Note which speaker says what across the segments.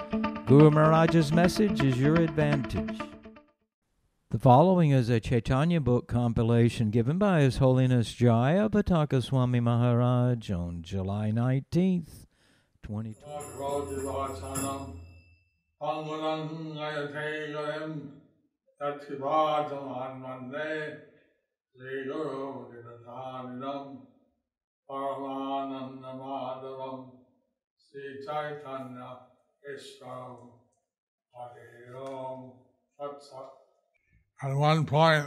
Speaker 1: Guru Maharaj's message is your advantage. The following is a Chaitanya book compilation given by His Holiness Jaya Pataka Swami Maharaj on July 19th, 2020.
Speaker 2: Rajivachanam, Pangunangayathayayam, Tathivajamanmande, Sri Guru Dinathanidam, Paramananda Madhavam, Sri Chaitanya Ishram, Hare Om, Tat Sat. At one point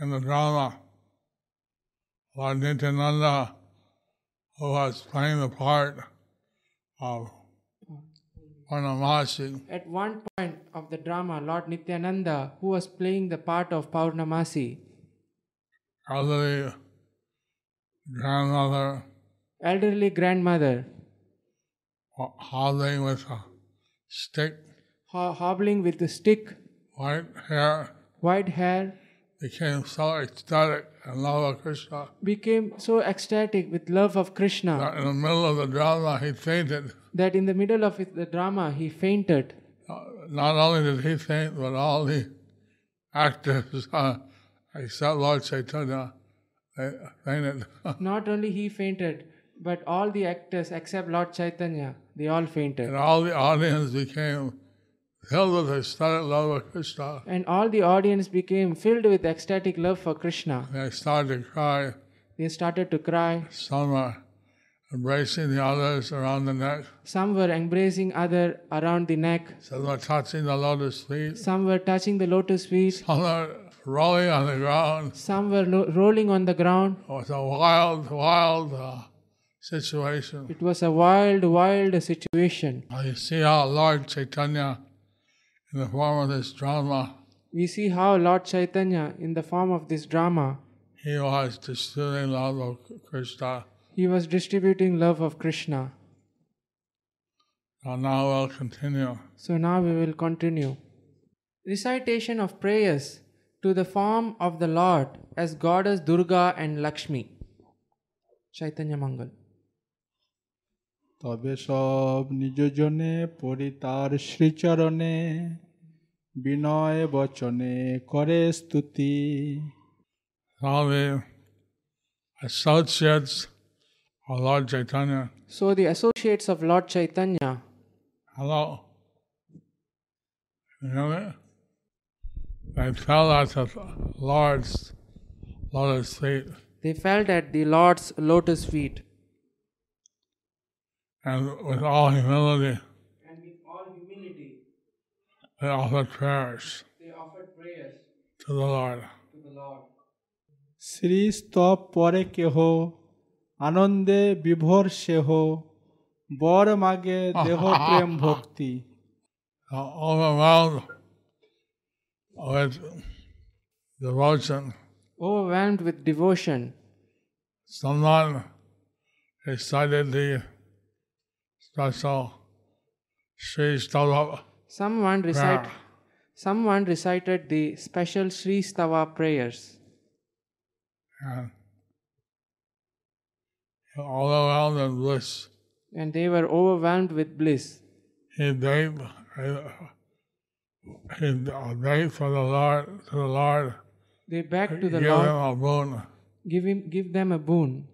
Speaker 2: in the drama, Lord Nityananda, who was playing the part of Panamasi,
Speaker 3: At one point of the drama, Lord Nityananda, who was playing the part of Purnamasi,
Speaker 2: elderly grandmother,
Speaker 3: elderly grandmother,
Speaker 2: ho- holding with a stick,
Speaker 3: ho- hobbling with a stick,
Speaker 2: white hair,
Speaker 3: white hair,
Speaker 2: became so ecstatic and love of Krishna.
Speaker 3: became so ecstatic with love of Krishna
Speaker 2: that In the middle of the drama, he fainted.
Speaker 3: that in the middle of it- the drama he fainted.
Speaker 2: Uh, Not only did he faint, but all the actors, uh, except Lord Chaitanya, they fainted.
Speaker 3: Not only he fainted, but all the actors except Lord Chaitanya, they all fainted.
Speaker 2: and all the audience became filled with ecstatic love of Krishna.
Speaker 3: And all the audience became filled with ecstatic love for Krishna.
Speaker 2: They started to cry.
Speaker 3: They started to cry.
Speaker 2: Some were embracing the others around the neck.
Speaker 3: Some were embracing other around the neck.
Speaker 2: Some were touching the lotus feet.
Speaker 3: Some were touching the lotus feet.
Speaker 2: Some were rolling on the ground.
Speaker 3: Some were lo- rolling on the ground.
Speaker 2: It was a wild, wild uh, situation.
Speaker 3: It was a wild, wild situation.
Speaker 2: Now you see how Lord Chaitanya, in the form of this drama,
Speaker 3: We see how Lord Chaitanya, in the form of this drama,
Speaker 2: he was distributing love of Krishna.
Speaker 3: he was distributing love of Krishna.
Speaker 2: And now we'll continue.
Speaker 3: So now we will continue. Recitation of prayers to the form of the Lord as Goddess Durga and Lakshmi. Chaitanya Mangal.
Speaker 4: তবে সব নিজজনে পড়ি তার শ্রীচরণে বিনয় বচনে করে স্তুতি
Speaker 2: All the associates of Lord Chaitanya.
Speaker 3: So the associates of Lord Chaitanya,
Speaker 2: Hello. You know it? They fell at the Lord's lotus feet
Speaker 3: they fell at the Lord's lotus feet.
Speaker 2: and with all humility
Speaker 3: And with all humility,
Speaker 2: they offered prayers
Speaker 3: they offered prayers
Speaker 2: to the Lord.
Speaker 3: to the Lord.
Speaker 4: Shri স্তব পরে কেহ আনন্দে বিভোর সেহ বর মাগে দেহ প্রেম ভক্তি
Speaker 2: So overwhelmed with devotion,
Speaker 3: Overwhelmed with devotion,
Speaker 2: someone recited the special Sri Stava
Speaker 3: someone recite,
Speaker 2: prayer.
Speaker 3: someone recited the special Sri Stava prayers.
Speaker 2: and all around the bliss.
Speaker 3: And they were overwhelmed with bliss.
Speaker 2: He begged, he, he begged for the Lord, to the Lord,
Speaker 3: They begged to
Speaker 2: give
Speaker 3: the
Speaker 2: him
Speaker 3: Lord,
Speaker 2: a boon
Speaker 3: give, him, give them a boon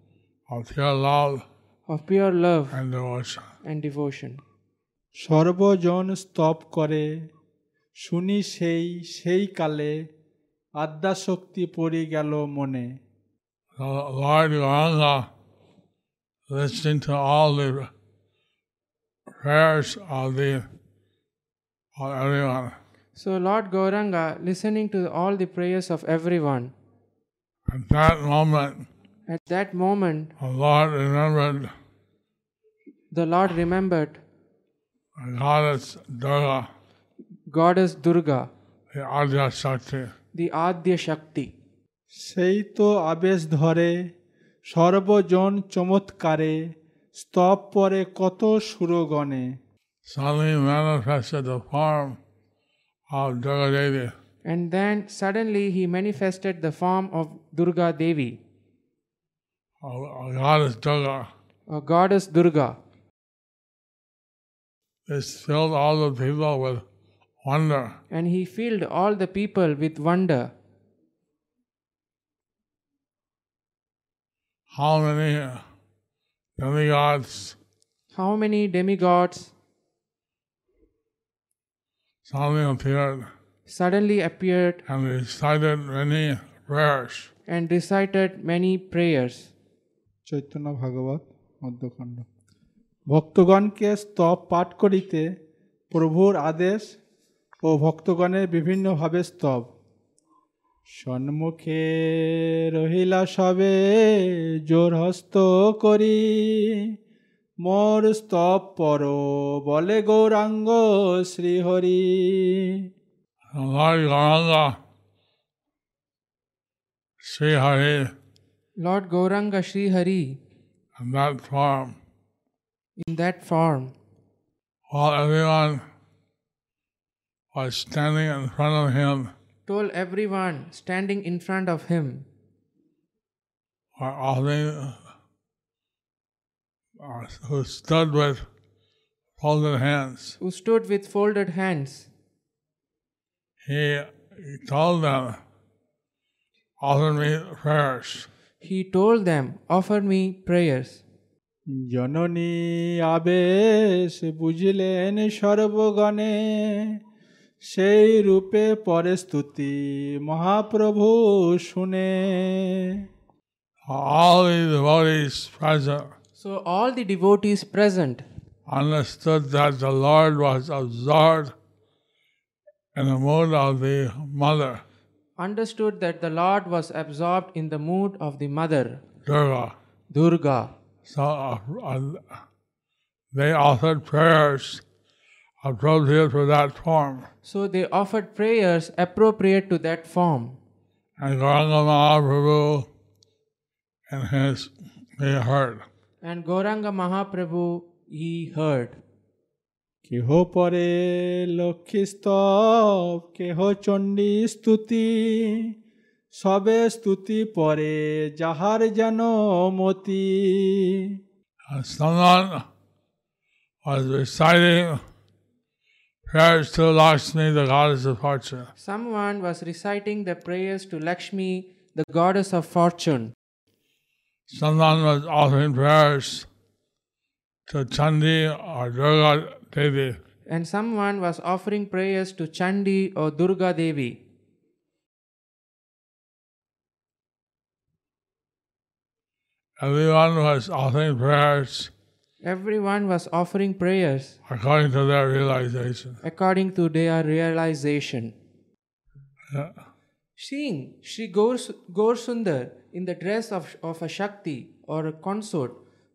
Speaker 2: of pure love
Speaker 3: of pure love
Speaker 2: and devotion.
Speaker 3: and devotion.
Speaker 4: সর্বজন স্তব করে শুনি সেই সেই কালে আদ্যাশক্তি পড়ি গেল মনে
Speaker 2: So Lord Gauranga, listening to all the prayers of the of everyone,
Speaker 3: So Lord Gauranga, listening to all the prayers of everyone,
Speaker 2: at that moment,
Speaker 3: at that moment
Speaker 2: the Lord remembered
Speaker 3: the Lord remembered
Speaker 2: goddess Durga,
Speaker 3: goddess Durga,
Speaker 2: the Arya Shakti.
Speaker 3: the Adya Shakti.
Speaker 4: সেই তো আবেশ ধরে সর্বজন চমৎকারে স্তব পরে কত সুরগণে
Speaker 2: Suddenly manifested the form of Durga Devi.
Speaker 3: And then suddenly he manifested the form of Durga Devi,
Speaker 2: a goddess Durga.
Speaker 3: a goddess Durga.
Speaker 2: This filled all the people with wonder.
Speaker 3: And he filled all the people with wonder.
Speaker 2: How many demigods
Speaker 3: How many demigods
Speaker 2: suddenly appeared
Speaker 3: suddenly appeared
Speaker 2: and recited many prayers.
Speaker 3: and recited many prayers.
Speaker 4: Chaitanya ভাগবত মধ্যখণ্ড ভক্তগণকে স্তব পাঠ করিতে প্রভুর আদেশ ও ভক্তগণের বিভিন্নভাবে স্তব সম্মুখে রহিলা সবে জোর হস্ত করি মোর স্তব পর বলে Gauranga Shrihari
Speaker 2: The Lord Gauranga, Sri Hari,
Speaker 3: Lord Gauranga Sri Hari
Speaker 2: in that form,
Speaker 3: in that form,
Speaker 2: while everyone was standing in front of him
Speaker 3: told everyone standing in front of him
Speaker 2: or offering, or who stood with folded hands,
Speaker 3: who stood with folded hands.
Speaker 2: he told them, offer me prayers.
Speaker 3: He told them, Offer me prayers.
Speaker 4: জননী আবেশ বুঝিলেন সর্বগণে সেই রূপে পরে স্তুতি মহাপ্রভু শুনে
Speaker 2: All the devotees present
Speaker 3: So all the devotees present
Speaker 2: understood that the Lord was absorbed in the mood of the mother,
Speaker 3: understood that the Lord was absorbed in the mood of the mother,
Speaker 2: Durga.
Speaker 3: Durga.
Speaker 2: So uh, uh, they offered prayers appropriate for that form.
Speaker 3: So they offered prayers appropriate to that form.
Speaker 2: And Gauranga Mahaprabhu and his, he heard.
Speaker 3: And Gauranga Mahaprabhu, he heard.
Speaker 4: কেহ পরে লক্ষ্মী স্তব কেহ চণ্ডী স্তুতি সবে স্তুতি পরে যাহার যেন মতি
Speaker 2: And someone was reciting prayers to Lakshmi, the goddess of fortune.
Speaker 3: Someone was reciting the prayers to Lakshmi, the goddess of fortune.
Speaker 2: Someone was offering prayers to Chandi or Durga Devi.
Speaker 3: And someone was offering prayers to Chandi or Durga Devi.
Speaker 2: Everyone was offering prayers
Speaker 3: Everyone was offering prayers
Speaker 2: according to their realization.
Speaker 3: according to their realization.
Speaker 2: Yeah.
Speaker 3: Seeing Sri Gaur, Gaur Sundar in the dress of, of a Shakti or a consort,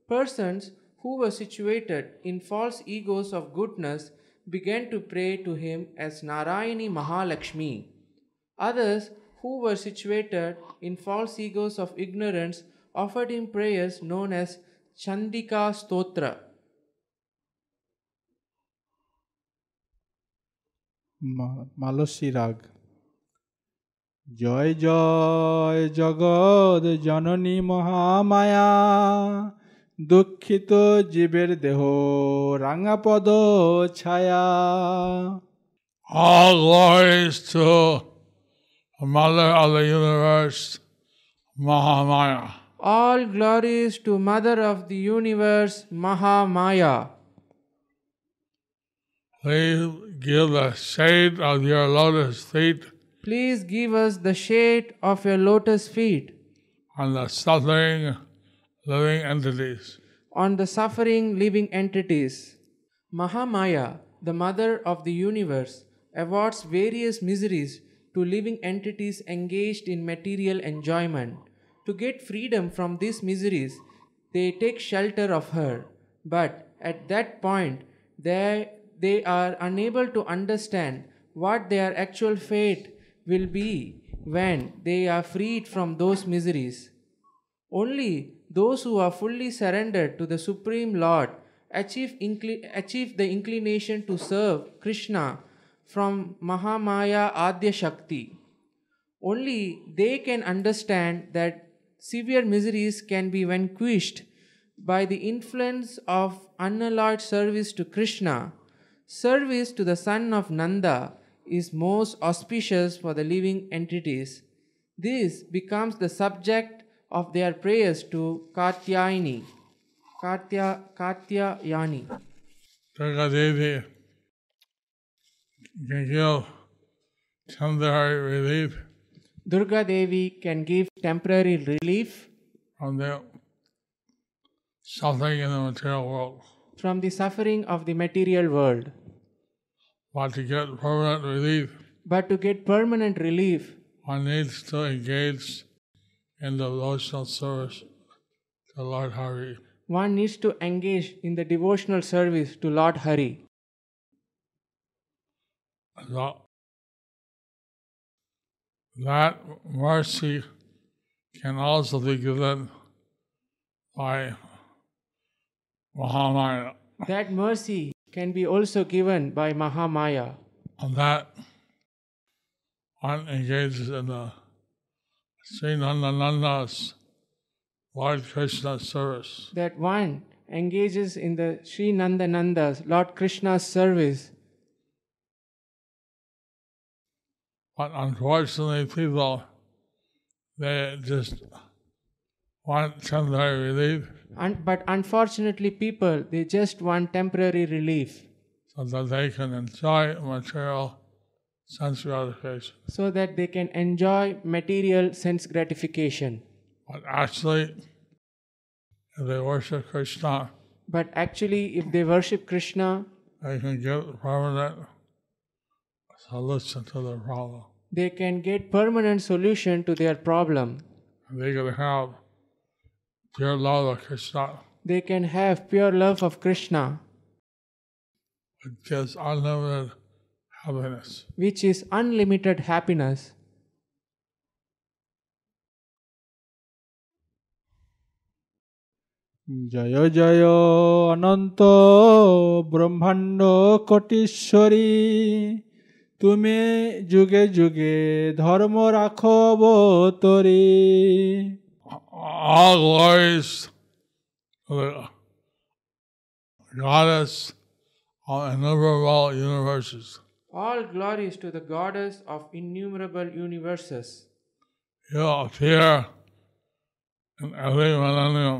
Speaker 3: persons who were situated in false egos of goodness began to pray to him as Narayani Mahalakshmi. Others who were situated in false egos of ignorance offered him prayers known as Chandika Stotra.
Speaker 4: মা- মালসী রাগ জয় জয় জগৎ জননী মহামায়া দুঃখিত জীবের দেহ রাঙাপদ ছায়া
Speaker 2: All glories to the Mother of the Universe, Mahamaya.
Speaker 3: All glories to Mother of the Universe, Mahamaya.
Speaker 2: Please give the shade of your lotus feet
Speaker 3: Please give us the shade of your lotus feet
Speaker 2: on the suffering living entities.
Speaker 3: on the suffering living entities. Mahamaya, the mother of the universe, awards various miseries to living entities engaged in material enjoyment. To get freedom from these miseries, they take shelter of her. But at that point, they, they are unable to understand what their actual fate will be when they are freed from those miseries. Only those who are fully surrendered to the Supreme Lord achieve, incli- achieve the inclination to serve Krishna from Mahamaya Adya Shakti. Only they can understand that severe miseries can be vanquished by the influence of unalloyed service to Krishna. Service to the son of Nanda is most auspicious for the living entities. This becomes the subject of their prayers to Katyayani. Katya, Katyayani.
Speaker 2: Prakadevi can give temporary relief
Speaker 3: Durga Devi can give temporary relief
Speaker 2: from the suffering in the material world,
Speaker 3: from the suffering of the material world.
Speaker 2: but to get permanent relief,
Speaker 3: But to get permanent relief,
Speaker 2: one needs to engage in devotional service to Lord Hari.
Speaker 3: one needs to engage in the devotional service to Lord Hari.
Speaker 2: That, that mercy can also be given by Mahamaya.
Speaker 3: That mercy can be also given by Mahamaya.
Speaker 2: On that, one engages in the Sri Nandananda's Lord Krishna service.
Speaker 3: That one engages in the Sri Nandananda's Lord Krishna's service.
Speaker 2: But unfortunately, people, they just want temporary relief
Speaker 3: Un- but unfortunately, people they just want temporary relief
Speaker 2: so that they can enjoy material sense gratification.
Speaker 3: so that they can enjoy material sense gratification.
Speaker 2: But actually, if they worship Krishna,
Speaker 3: But actually, if they worship Krishna,
Speaker 2: they can get permanent solution to their problem.
Speaker 3: they can get permanent solution to their problem.
Speaker 2: they can have pure love of Krishna,
Speaker 3: They can have pure love of Krishna,
Speaker 2: which gives unlimited happiness.
Speaker 3: which is unlimited happiness.
Speaker 4: জয় জয় অনন্ত ব্রহ্মাণ্ড কোটিশ্বরী তুমি যুগে যুগে ধর্ম রাখব তরি
Speaker 2: All glories to the goddess of innumerable universes.
Speaker 3: All glories to the goddess of innumerable universes.
Speaker 2: You appear in every millennium,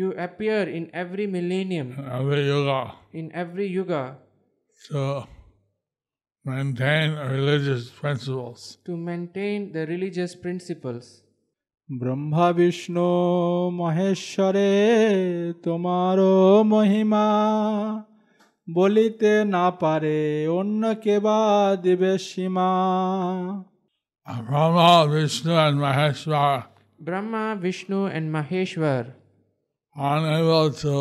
Speaker 3: You appear in every millennium,
Speaker 2: in every yuga,
Speaker 3: in every yuga,
Speaker 2: to maintain religious principles.
Speaker 3: to maintain the religious principles.
Speaker 4: Brahma Vishnu মহেশ্বরে তোমার মহিমা বলিতে না পারে অন্য কেবা দিবে সীমা
Speaker 2: Brahma, Vishnu, and Maheshwara
Speaker 3: Brahma, Vishnu, and Maheshwar
Speaker 2: unable to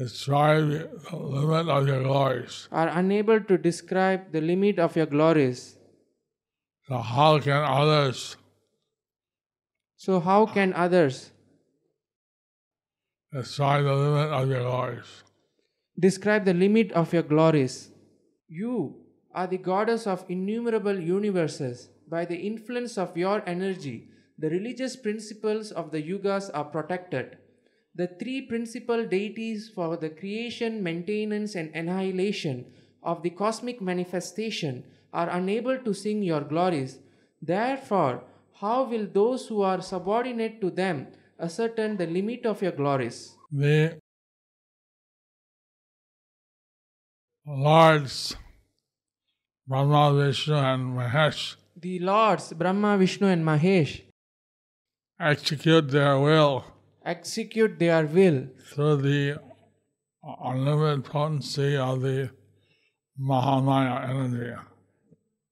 Speaker 2: describe the limit of your glories.
Speaker 3: are unable to describe the limit of your glories.
Speaker 2: So how can others
Speaker 3: So, how can others
Speaker 2: describe the limit of your glories?
Speaker 3: describe the limit of your glories. You are the goddess of innumerable universes. By the influence of your energy, the religious principles of the yugas are protected. The three principal deities for the creation, maintenance, and annihilation of the cosmic manifestation are unable to sing your glories. Therefore, how will those who are subordinate to them ascertain the limit of your glories?
Speaker 2: The Lords Brahma, Vishnu, and Mahesh
Speaker 3: The lords Brahma, Vishnu, and Mahesh
Speaker 2: execute their will
Speaker 3: execute their will
Speaker 2: through the uh, unlimited potency of the Mahamaya energy.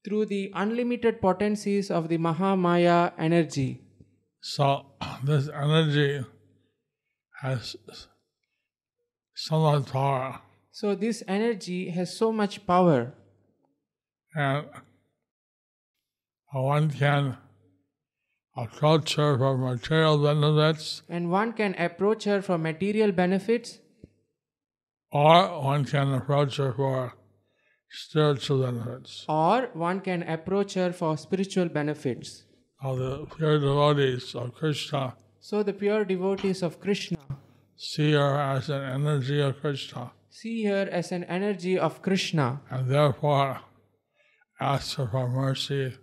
Speaker 3: through the unlimited potencies of the Mahamaya energy.
Speaker 2: So this energy has so much power
Speaker 3: So this energy has so much power.
Speaker 2: and uh, one can approach her for material benefits,
Speaker 3: And one can approach her for material benefits,
Speaker 2: or one can approach her for spiritual benefits.
Speaker 3: or one can approach her for spiritual benefits.
Speaker 2: All the pure devotees of Krishna
Speaker 3: So the pure devotees of Krishna
Speaker 2: see her as an energy of Krishna,
Speaker 3: see her as an energy of Krishna
Speaker 2: and therefore ask her for mercy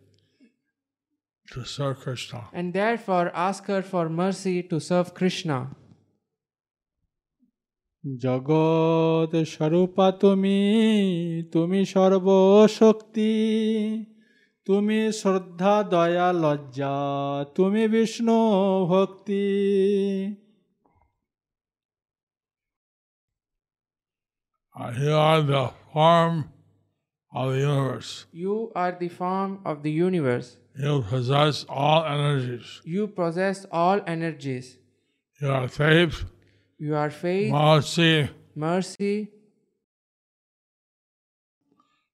Speaker 2: to serve Krishna.
Speaker 3: and therefore ask her for mercy to serve Krishna.
Speaker 4: জগৎ স্বরূপা তুমি তুমি সর্বশক্তি তুমি শ্রদ্ধা দয়া লজ্জা তুমি বিষ্ণু ভক্তি
Speaker 2: Uh, you are the form of the universe.
Speaker 3: You are the form of the universe.
Speaker 2: You possess all energies.
Speaker 3: You possess all energies.
Speaker 2: You are faith,
Speaker 3: You are faith,
Speaker 2: mercy,
Speaker 3: mercy,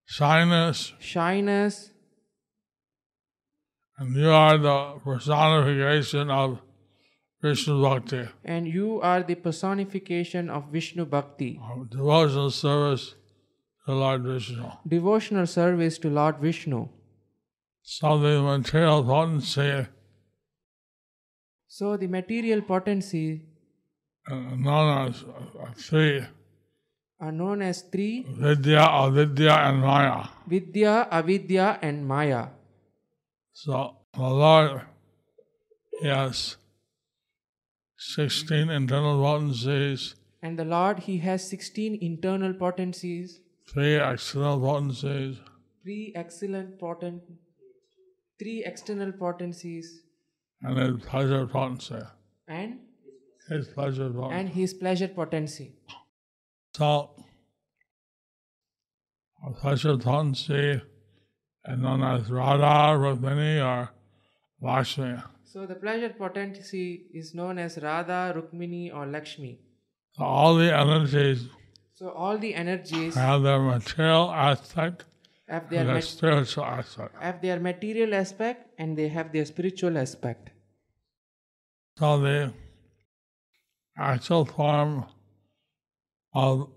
Speaker 2: shyness,
Speaker 3: shyness,
Speaker 2: and you are the personification of Krishna Bhakti,
Speaker 3: and you are the personification of Vishnu Bhakti,
Speaker 2: of Uh, devotional service to Lord Vishnu.
Speaker 3: devotional service to Lord Vishnu.
Speaker 2: So the material potency
Speaker 3: So the material potency
Speaker 2: uh, known as uh, three
Speaker 3: are known as three
Speaker 2: Vidya, Avidya, and Maya.
Speaker 3: Vidya, Avidya, and Maya.
Speaker 2: So the Lord he has 16 internal potencies,
Speaker 3: And the Lord, He has 16 internal potencies,
Speaker 2: three external potencies,
Speaker 3: three excellent potent, three external potencies,
Speaker 2: and his pleasure potency.
Speaker 3: and
Speaker 2: His pleasure potency.
Speaker 3: and His pleasure potency.
Speaker 2: So, a pleasure potency and known as Radha, Rukmini, or Lakshmi.
Speaker 3: So the pleasure potency is known as Radha, Rukmini, or Lakshmi.
Speaker 2: So all the energies
Speaker 3: So all the energies
Speaker 2: have their material aspect
Speaker 3: have their
Speaker 2: and their
Speaker 3: mat-
Speaker 2: spiritual aspect.
Speaker 3: have their material aspect and they have their spiritual aspect.
Speaker 2: So the actual form of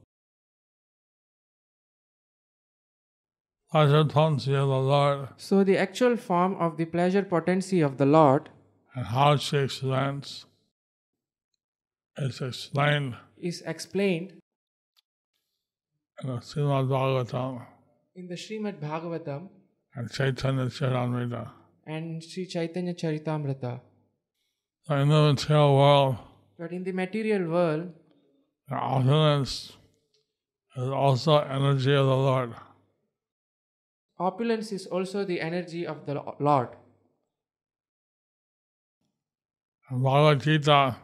Speaker 2: pleasure potency of the Lord
Speaker 3: So the actual form of the pleasure potency of the Lord
Speaker 2: and how she explains is explained
Speaker 3: is explained
Speaker 2: in the Srimad Bhagavatam
Speaker 3: in the Srimad Bhagavatam
Speaker 2: and Chaitanya Charitamrita.
Speaker 3: and Sri Chaitanya Charitamrita.
Speaker 2: So in the material world,
Speaker 3: But in the material world,
Speaker 2: the opulence is also energy of the Lord.
Speaker 3: opulence is also the energy of the Lo- Lord.
Speaker 2: In Bhagavad Gita,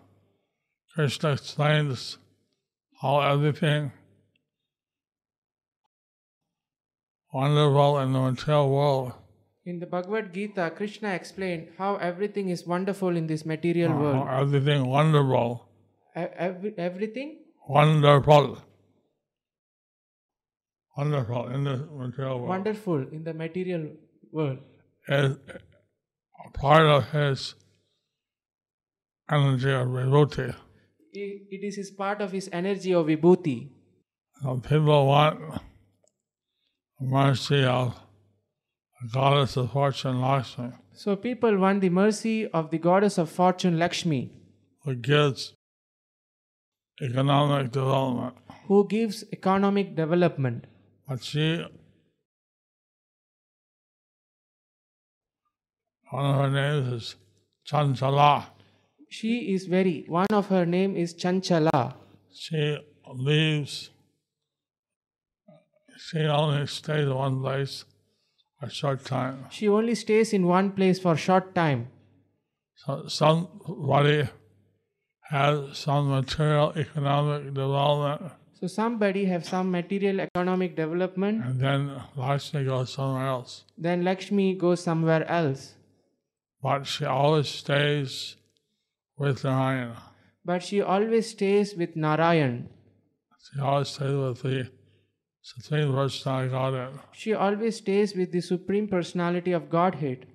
Speaker 2: Krishna explains how everything wonderful in the material world
Speaker 3: In the Bhagavad Gita, Krishna explained how everything is wonderful in this material
Speaker 2: Ah,
Speaker 3: world.
Speaker 2: how Uh, everything wonderful,
Speaker 3: E- every- everything
Speaker 2: wonderful, wonderful in the material world
Speaker 3: wonderful in the material world
Speaker 2: is a part of his energy of Vibhuti.
Speaker 3: I- it is his part of his energy or vibhuti.
Speaker 2: So people want the mercy of the goddess uh, of fortune, Lakshmi.
Speaker 3: So people want the mercy of the goddess of fortune Lakshmi,
Speaker 2: who gives economic development.
Speaker 3: who gives economic development.
Speaker 2: But she, one of her names is Chanchala.
Speaker 3: She is very. One of her name is Chanchala.
Speaker 2: She leaves, she only stays in one place a short time.
Speaker 3: She only stays in one place for short time.
Speaker 2: So somebody has some material economic development,
Speaker 3: So somebody have some material economic development,
Speaker 2: and then Lakshmi goes somewhere else.
Speaker 3: then Lakshmi goes somewhere else.
Speaker 2: but she always stays with Narayana.
Speaker 3: But she always stays with Narayan.
Speaker 2: She always stays with the Supreme Personality of Godhead.
Speaker 3: She always stays with the Supreme Personality of Godhead.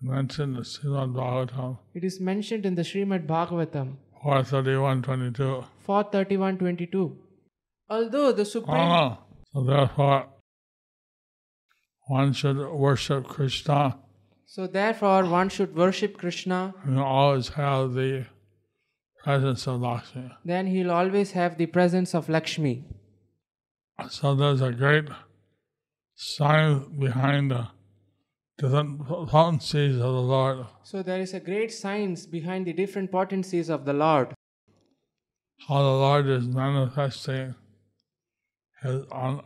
Speaker 2: Mentioned in Srimad Bhagavatam
Speaker 3: It is mentioned in the Srimad Bhagavatam
Speaker 2: 431.22.
Speaker 3: 431.22. Although the Supreme
Speaker 2: Ah, so therefore, one should worship Krishna
Speaker 3: So therefore one should worship Krishna,
Speaker 2: and always have the presence of Lakshmi.
Speaker 3: then he'll always have the presence of Lakshmi.
Speaker 2: So there's a great science behind the different potencies of the Lord.
Speaker 3: So there is a great science behind the different potencies of the Lord,
Speaker 2: How the Lord is manifesting His un-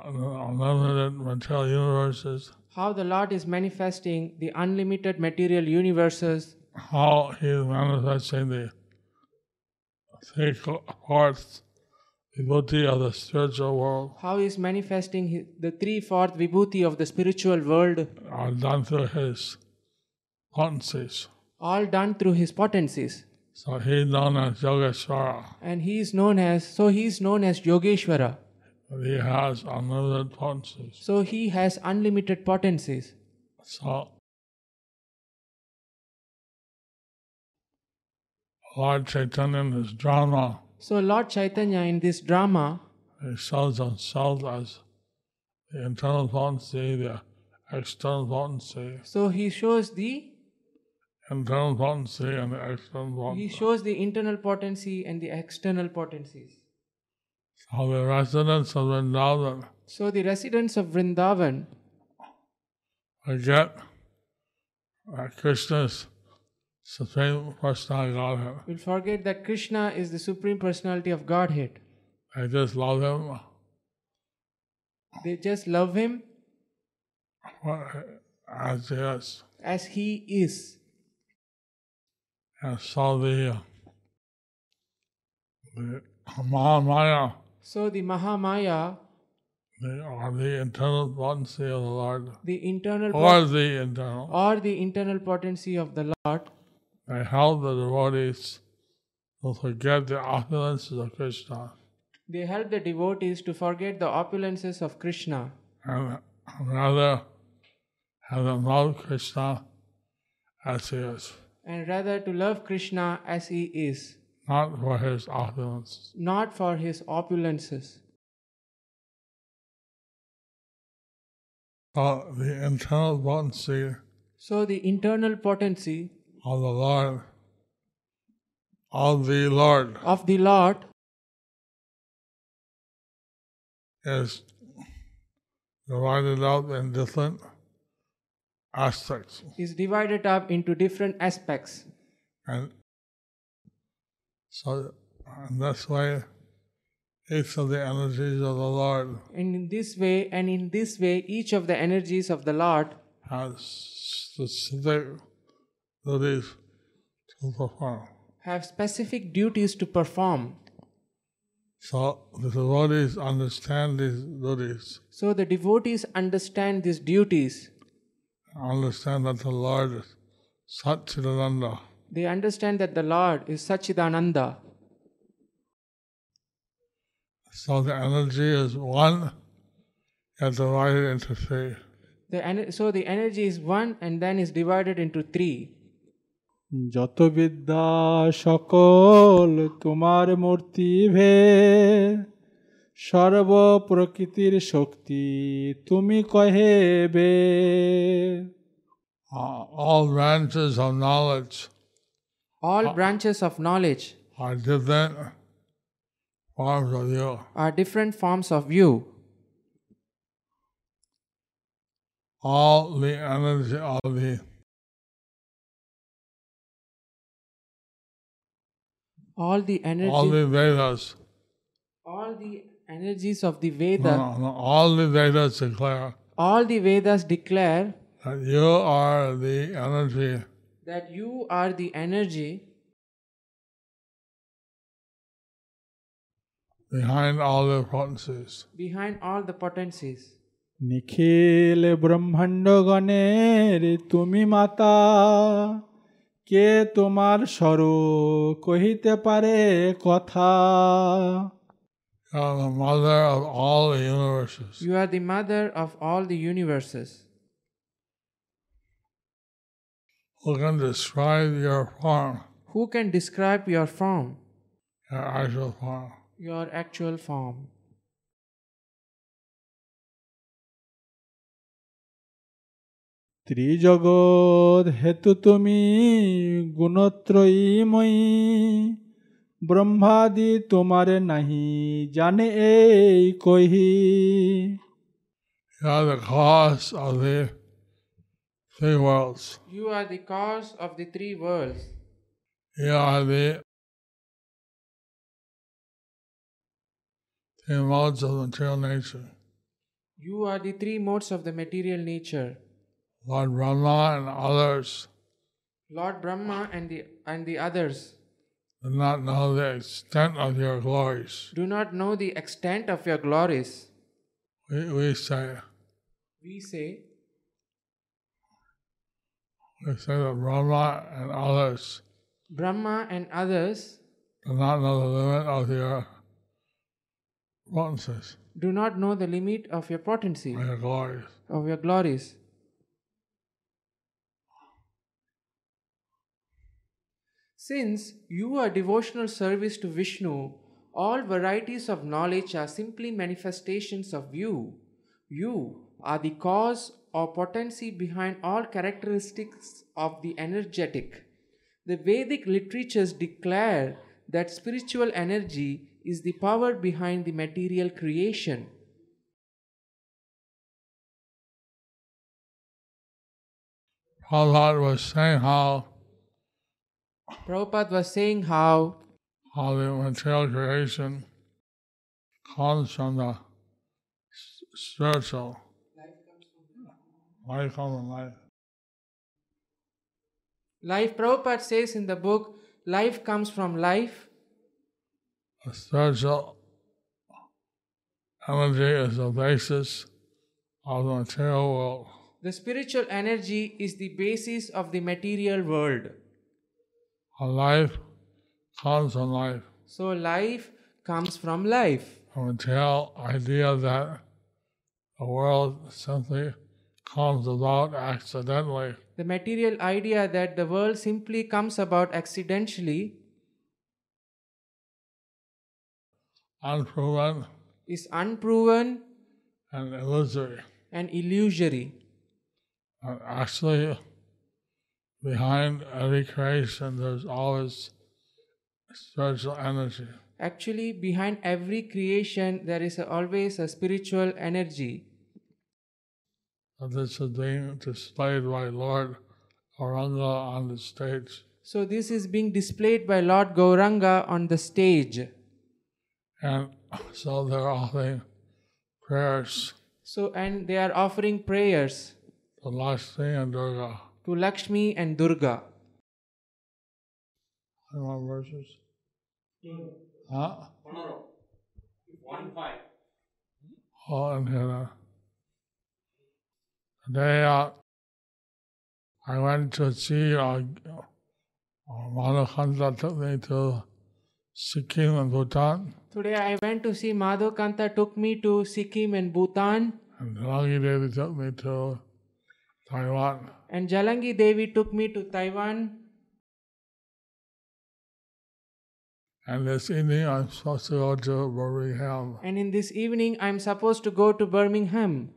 Speaker 2: unlimited material universes.
Speaker 3: how the Lord is manifesting the unlimited material universes,
Speaker 2: How He is manifesting the three cl- fourths devotee of the spiritual world
Speaker 3: how he is manifesting hi- the three-fourth vibhuti of the spiritual world,
Speaker 2: are done through His potencies.
Speaker 3: all done through his potencies.
Speaker 2: So He known as Yogeshwara.
Speaker 3: And he is known as, so he is known as Yogeshwara.
Speaker 2: He has unlimited potencies.
Speaker 3: So he has unlimited potencies.
Speaker 2: So, Lord Chaitanya in his drama,
Speaker 3: So Lord Chaitanya in this drama
Speaker 2: he shows himself as the internal potency, the external potency,
Speaker 3: So he shows the
Speaker 2: internal potency, and the external
Speaker 3: he
Speaker 2: potency.
Speaker 3: shows the internal potency and the external potencies.
Speaker 2: How the residents of Vrindavan
Speaker 3: So the residents of Vrindavan
Speaker 2: forget that Krishna's supreme personal Godhead.
Speaker 3: will forget that Krishna is the supreme personality of Godhead.
Speaker 2: They just love him
Speaker 3: They just love him
Speaker 2: for- as he is.
Speaker 3: as he is.
Speaker 2: and saw the, uh, the Mahamaya,
Speaker 3: So the Mahamaya,
Speaker 2: the, or the internal potency of the Lord,
Speaker 3: the internal
Speaker 2: or
Speaker 3: pot-
Speaker 2: the internal.
Speaker 3: or the internal potency of the Lord,
Speaker 2: They help the devotees to forget the opulences of Krishna
Speaker 3: they help the devotees to forget the opulences of Krishna
Speaker 2: and rather have them love Krishna as he is,
Speaker 3: and rather to love Krishna as he is,
Speaker 2: not for his opulences.
Speaker 3: not for his opulences.
Speaker 2: So the internal potency
Speaker 3: So the internal potency
Speaker 2: of the Lord, of the Lord,
Speaker 3: of the Lord
Speaker 2: is divided up in different aspects.
Speaker 3: is divided up into different aspects.
Speaker 2: And so, in this way, each of the energies of the Lord
Speaker 3: And in this way, and in this way, each of the energies of the Lord
Speaker 2: has specific duties to perform.
Speaker 3: have specific duties to perform.
Speaker 2: So, the devotees understand these duties,
Speaker 3: So the devotees understand these duties.
Speaker 2: understand that the Lord is Satchidananda.
Speaker 3: They understand that the Lord is Sachidananda.
Speaker 2: So, the energy is one, yet divided into three.
Speaker 3: The ener- so the energy is one and then is divided into three.
Speaker 4: যত বিদ্যা সকল তোমার মূর্তি ভে সর্বপ্রকৃতির শক্তি তুমি কহে বে
Speaker 2: Uh, all branches of knowledge
Speaker 3: All branches of knowledge
Speaker 2: are different forms of you.
Speaker 3: are different forms of you.
Speaker 2: All the energy of the
Speaker 3: All the energy,
Speaker 2: all the Vedas,
Speaker 3: all the energies of the
Speaker 2: no,
Speaker 3: Veda,
Speaker 2: no, no, all the Vedas declare
Speaker 3: all the Vedas declare
Speaker 2: that you are the energy
Speaker 3: that you are the energy
Speaker 2: behind all the potencies.
Speaker 3: behind all the potencies.
Speaker 4: নিখিল ব্রহ্মাণ্ড গণের তুমি মাতা কে তোমার স্বরূপ কহিতে পারে কথা
Speaker 2: You are the mother of all the universes.
Speaker 3: You are the mother of all the universes.
Speaker 2: Who can describe your form,
Speaker 3: Who can describe your form,
Speaker 2: your actual form?
Speaker 3: your actual form?
Speaker 4: ত্রিজগৎ হেতু তুমি গুণত্রয়ী মই ব্রহ্মাদি তোমারে নাহি জানে এই কহি
Speaker 2: You are the cause of the three worlds.
Speaker 3: You are the cause of the three worlds.
Speaker 2: You are the three modes of material nature.
Speaker 3: You are the three modes of the material nature.
Speaker 2: Lord Brahma and others
Speaker 3: Lord Brahma and the and the others
Speaker 2: do not know the extent of your glories.
Speaker 3: do not know the extent of your glories.
Speaker 2: We, we say,
Speaker 3: We say
Speaker 2: we say that Brahma and others
Speaker 3: Brahma and others
Speaker 2: do not know the limit of your potencies,
Speaker 3: do not know the limit of your potency,
Speaker 2: of your glories.
Speaker 3: of your glories. Since you are devotional service to Vishnu, all varieties of knowledge are simply manifestations of you. You are the cause or potency behind all characteristics of the energetic. The Vedic literatures declare that spiritual energy is the power behind the material creation.
Speaker 2: Prabhupada was saying how,
Speaker 3: Prabhupada was saying how
Speaker 2: how the material creation comes from the s- spiritual. Life comes from life.
Speaker 3: life, Prabhupada says in the book, life comes from life.
Speaker 2: The spiritual energy is the basis of the material world.
Speaker 3: The spiritual energy is the basis of the material world.
Speaker 2: A life comes from life.
Speaker 3: So life comes from life.
Speaker 2: The material idea that the world simply comes about accidentally
Speaker 3: The material idea that the world simply comes about accidentally
Speaker 2: unproven
Speaker 3: is unproven
Speaker 2: and illusory.
Speaker 3: and illusory.
Speaker 2: And actually, behind every creation, there's always spiritual energy.
Speaker 3: Actually, behind every creation, there is always a spiritual energy.
Speaker 2: And this is being displayed by Lord Aurangala on the stage.
Speaker 3: So, this is being displayed by Lord Gauranga on the stage.
Speaker 2: And so they're offering prayers
Speaker 3: So, and they are offering prayers
Speaker 2: to Lakshmi and uh, Durga.
Speaker 3: to Lakshmi and Durga.
Speaker 2: Any more verses? Huh? All in here now. Today uh, I went to see uh, uh, Madhukanta took me to Sikkim and Bhutan
Speaker 3: Today I went to see Madhokanta took me to Sikkim and Bhutan
Speaker 2: and Rangi Devi took me to Taiwan.
Speaker 3: and Jalangi Devi took me to Taiwan
Speaker 2: And this evening I'm supposed to go to Birmingham
Speaker 3: and in this evening I'm supposed to go to Birmingham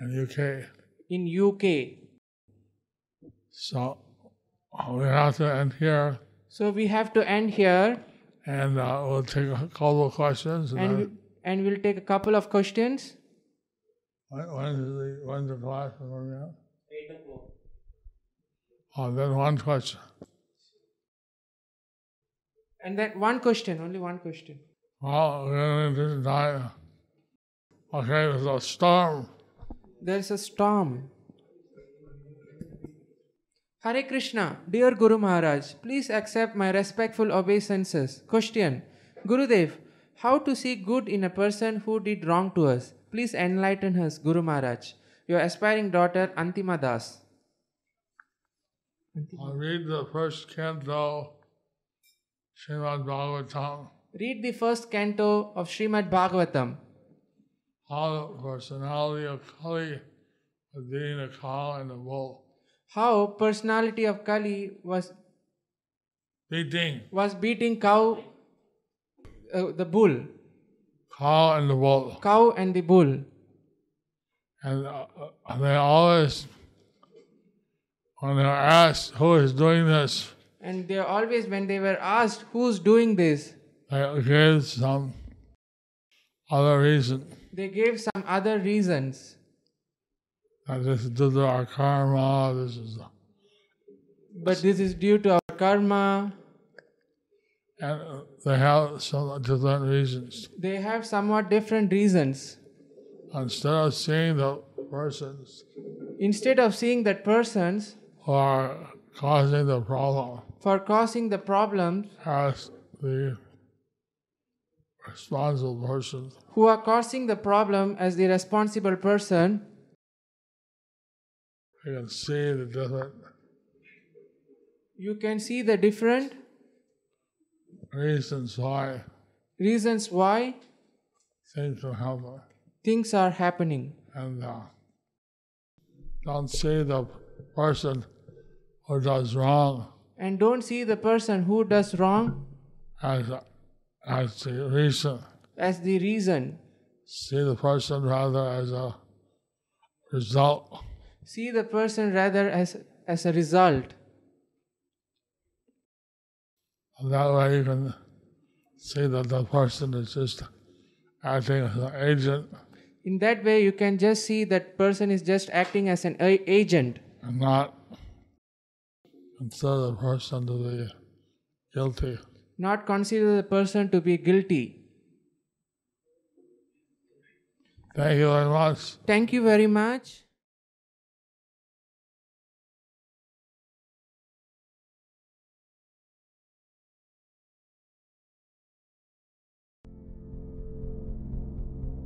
Speaker 2: in UK.
Speaker 3: in UK.
Speaker 2: So uh, we have to end here
Speaker 3: So we have to end here
Speaker 2: and uh, we'll take a couple of questions. And,
Speaker 3: and
Speaker 2: then-
Speaker 3: we, and we'll take a couple of questions.
Speaker 2: When, when is the when's the class coming out? Eight o'clock. Oh, then one question.
Speaker 3: And that one question, only one question.
Speaker 2: Well, then it didn't die. Okay, there's a storm.
Speaker 3: There's a storm. Hare Krishna, dear Guru Maharaj, please accept my respectful obeisances. Question Gurudev, how to see good in a person who did wrong to us? Please enlighten us, Guru Maharaj. Your aspiring daughter, Antima Das.
Speaker 2: I'll read the first canto, Srimad Bhagavatam,
Speaker 3: Read the first canto of Srimad Bhagavatam.
Speaker 2: How the personality of Kali was eating the cow and the bull,
Speaker 3: How personality of Kali was
Speaker 2: beating
Speaker 3: was beating cow, uh, the bull,
Speaker 2: cow and the bull.
Speaker 3: cow and the bull.
Speaker 2: And uh, uh, they always, when they're asked who is doing this,
Speaker 3: And they always, when they were asked who's doing this,
Speaker 2: they give some other reason
Speaker 3: they gave some other reasons.
Speaker 2: that this is due to our karma, this is.
Speaker 3: But this is due to our karma.
Speaker 2: And uh, they have some different reasons.
Speaker 3: They have somewhat different reasons.
Speaker 2: Instead of seeing the persons
Speaker 3: Instead of seeing that persons
Speaker 2: who are causing the problem
Speaker 3: for causing the problems,
Speaker 2: as the responsible person,
Speaker 3: who are causing the problem as the responsible person,
Speaker 2: you can see the different
Speaker 3: you can see the different
Speaker 2: reasons why
Speaker 3: reasons why
Speaker 2: things are happening.
Speaker 3: things are happening.
Speaker 2: And uh, don't see the person who does wrong
Speaker 3: And don't see the person who does wrong
Speaker 2: as, as the reason.
Speaker 3: as the reason.
Speaker 2: See the person rather as a result.
Speaker 3: See the person rather as, as a result.
Speaker 2: And that way you can see that the person is just acting as an agent
Speaker 3: In that way, you can just see that person is just acting as an a- agent
Speaker 2: and not consider the person to be guilty.
Speaker 3: not consider the person to be guilty.
Speaker 2: Thank you very much.
Speaker 3: Thank you very much.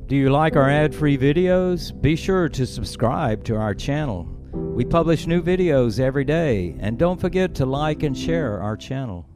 Speaker 1: Do you like our ad free videos? Be sure to subscribe to our channel. We publish new videos every day, and don't forget to like and share our channel.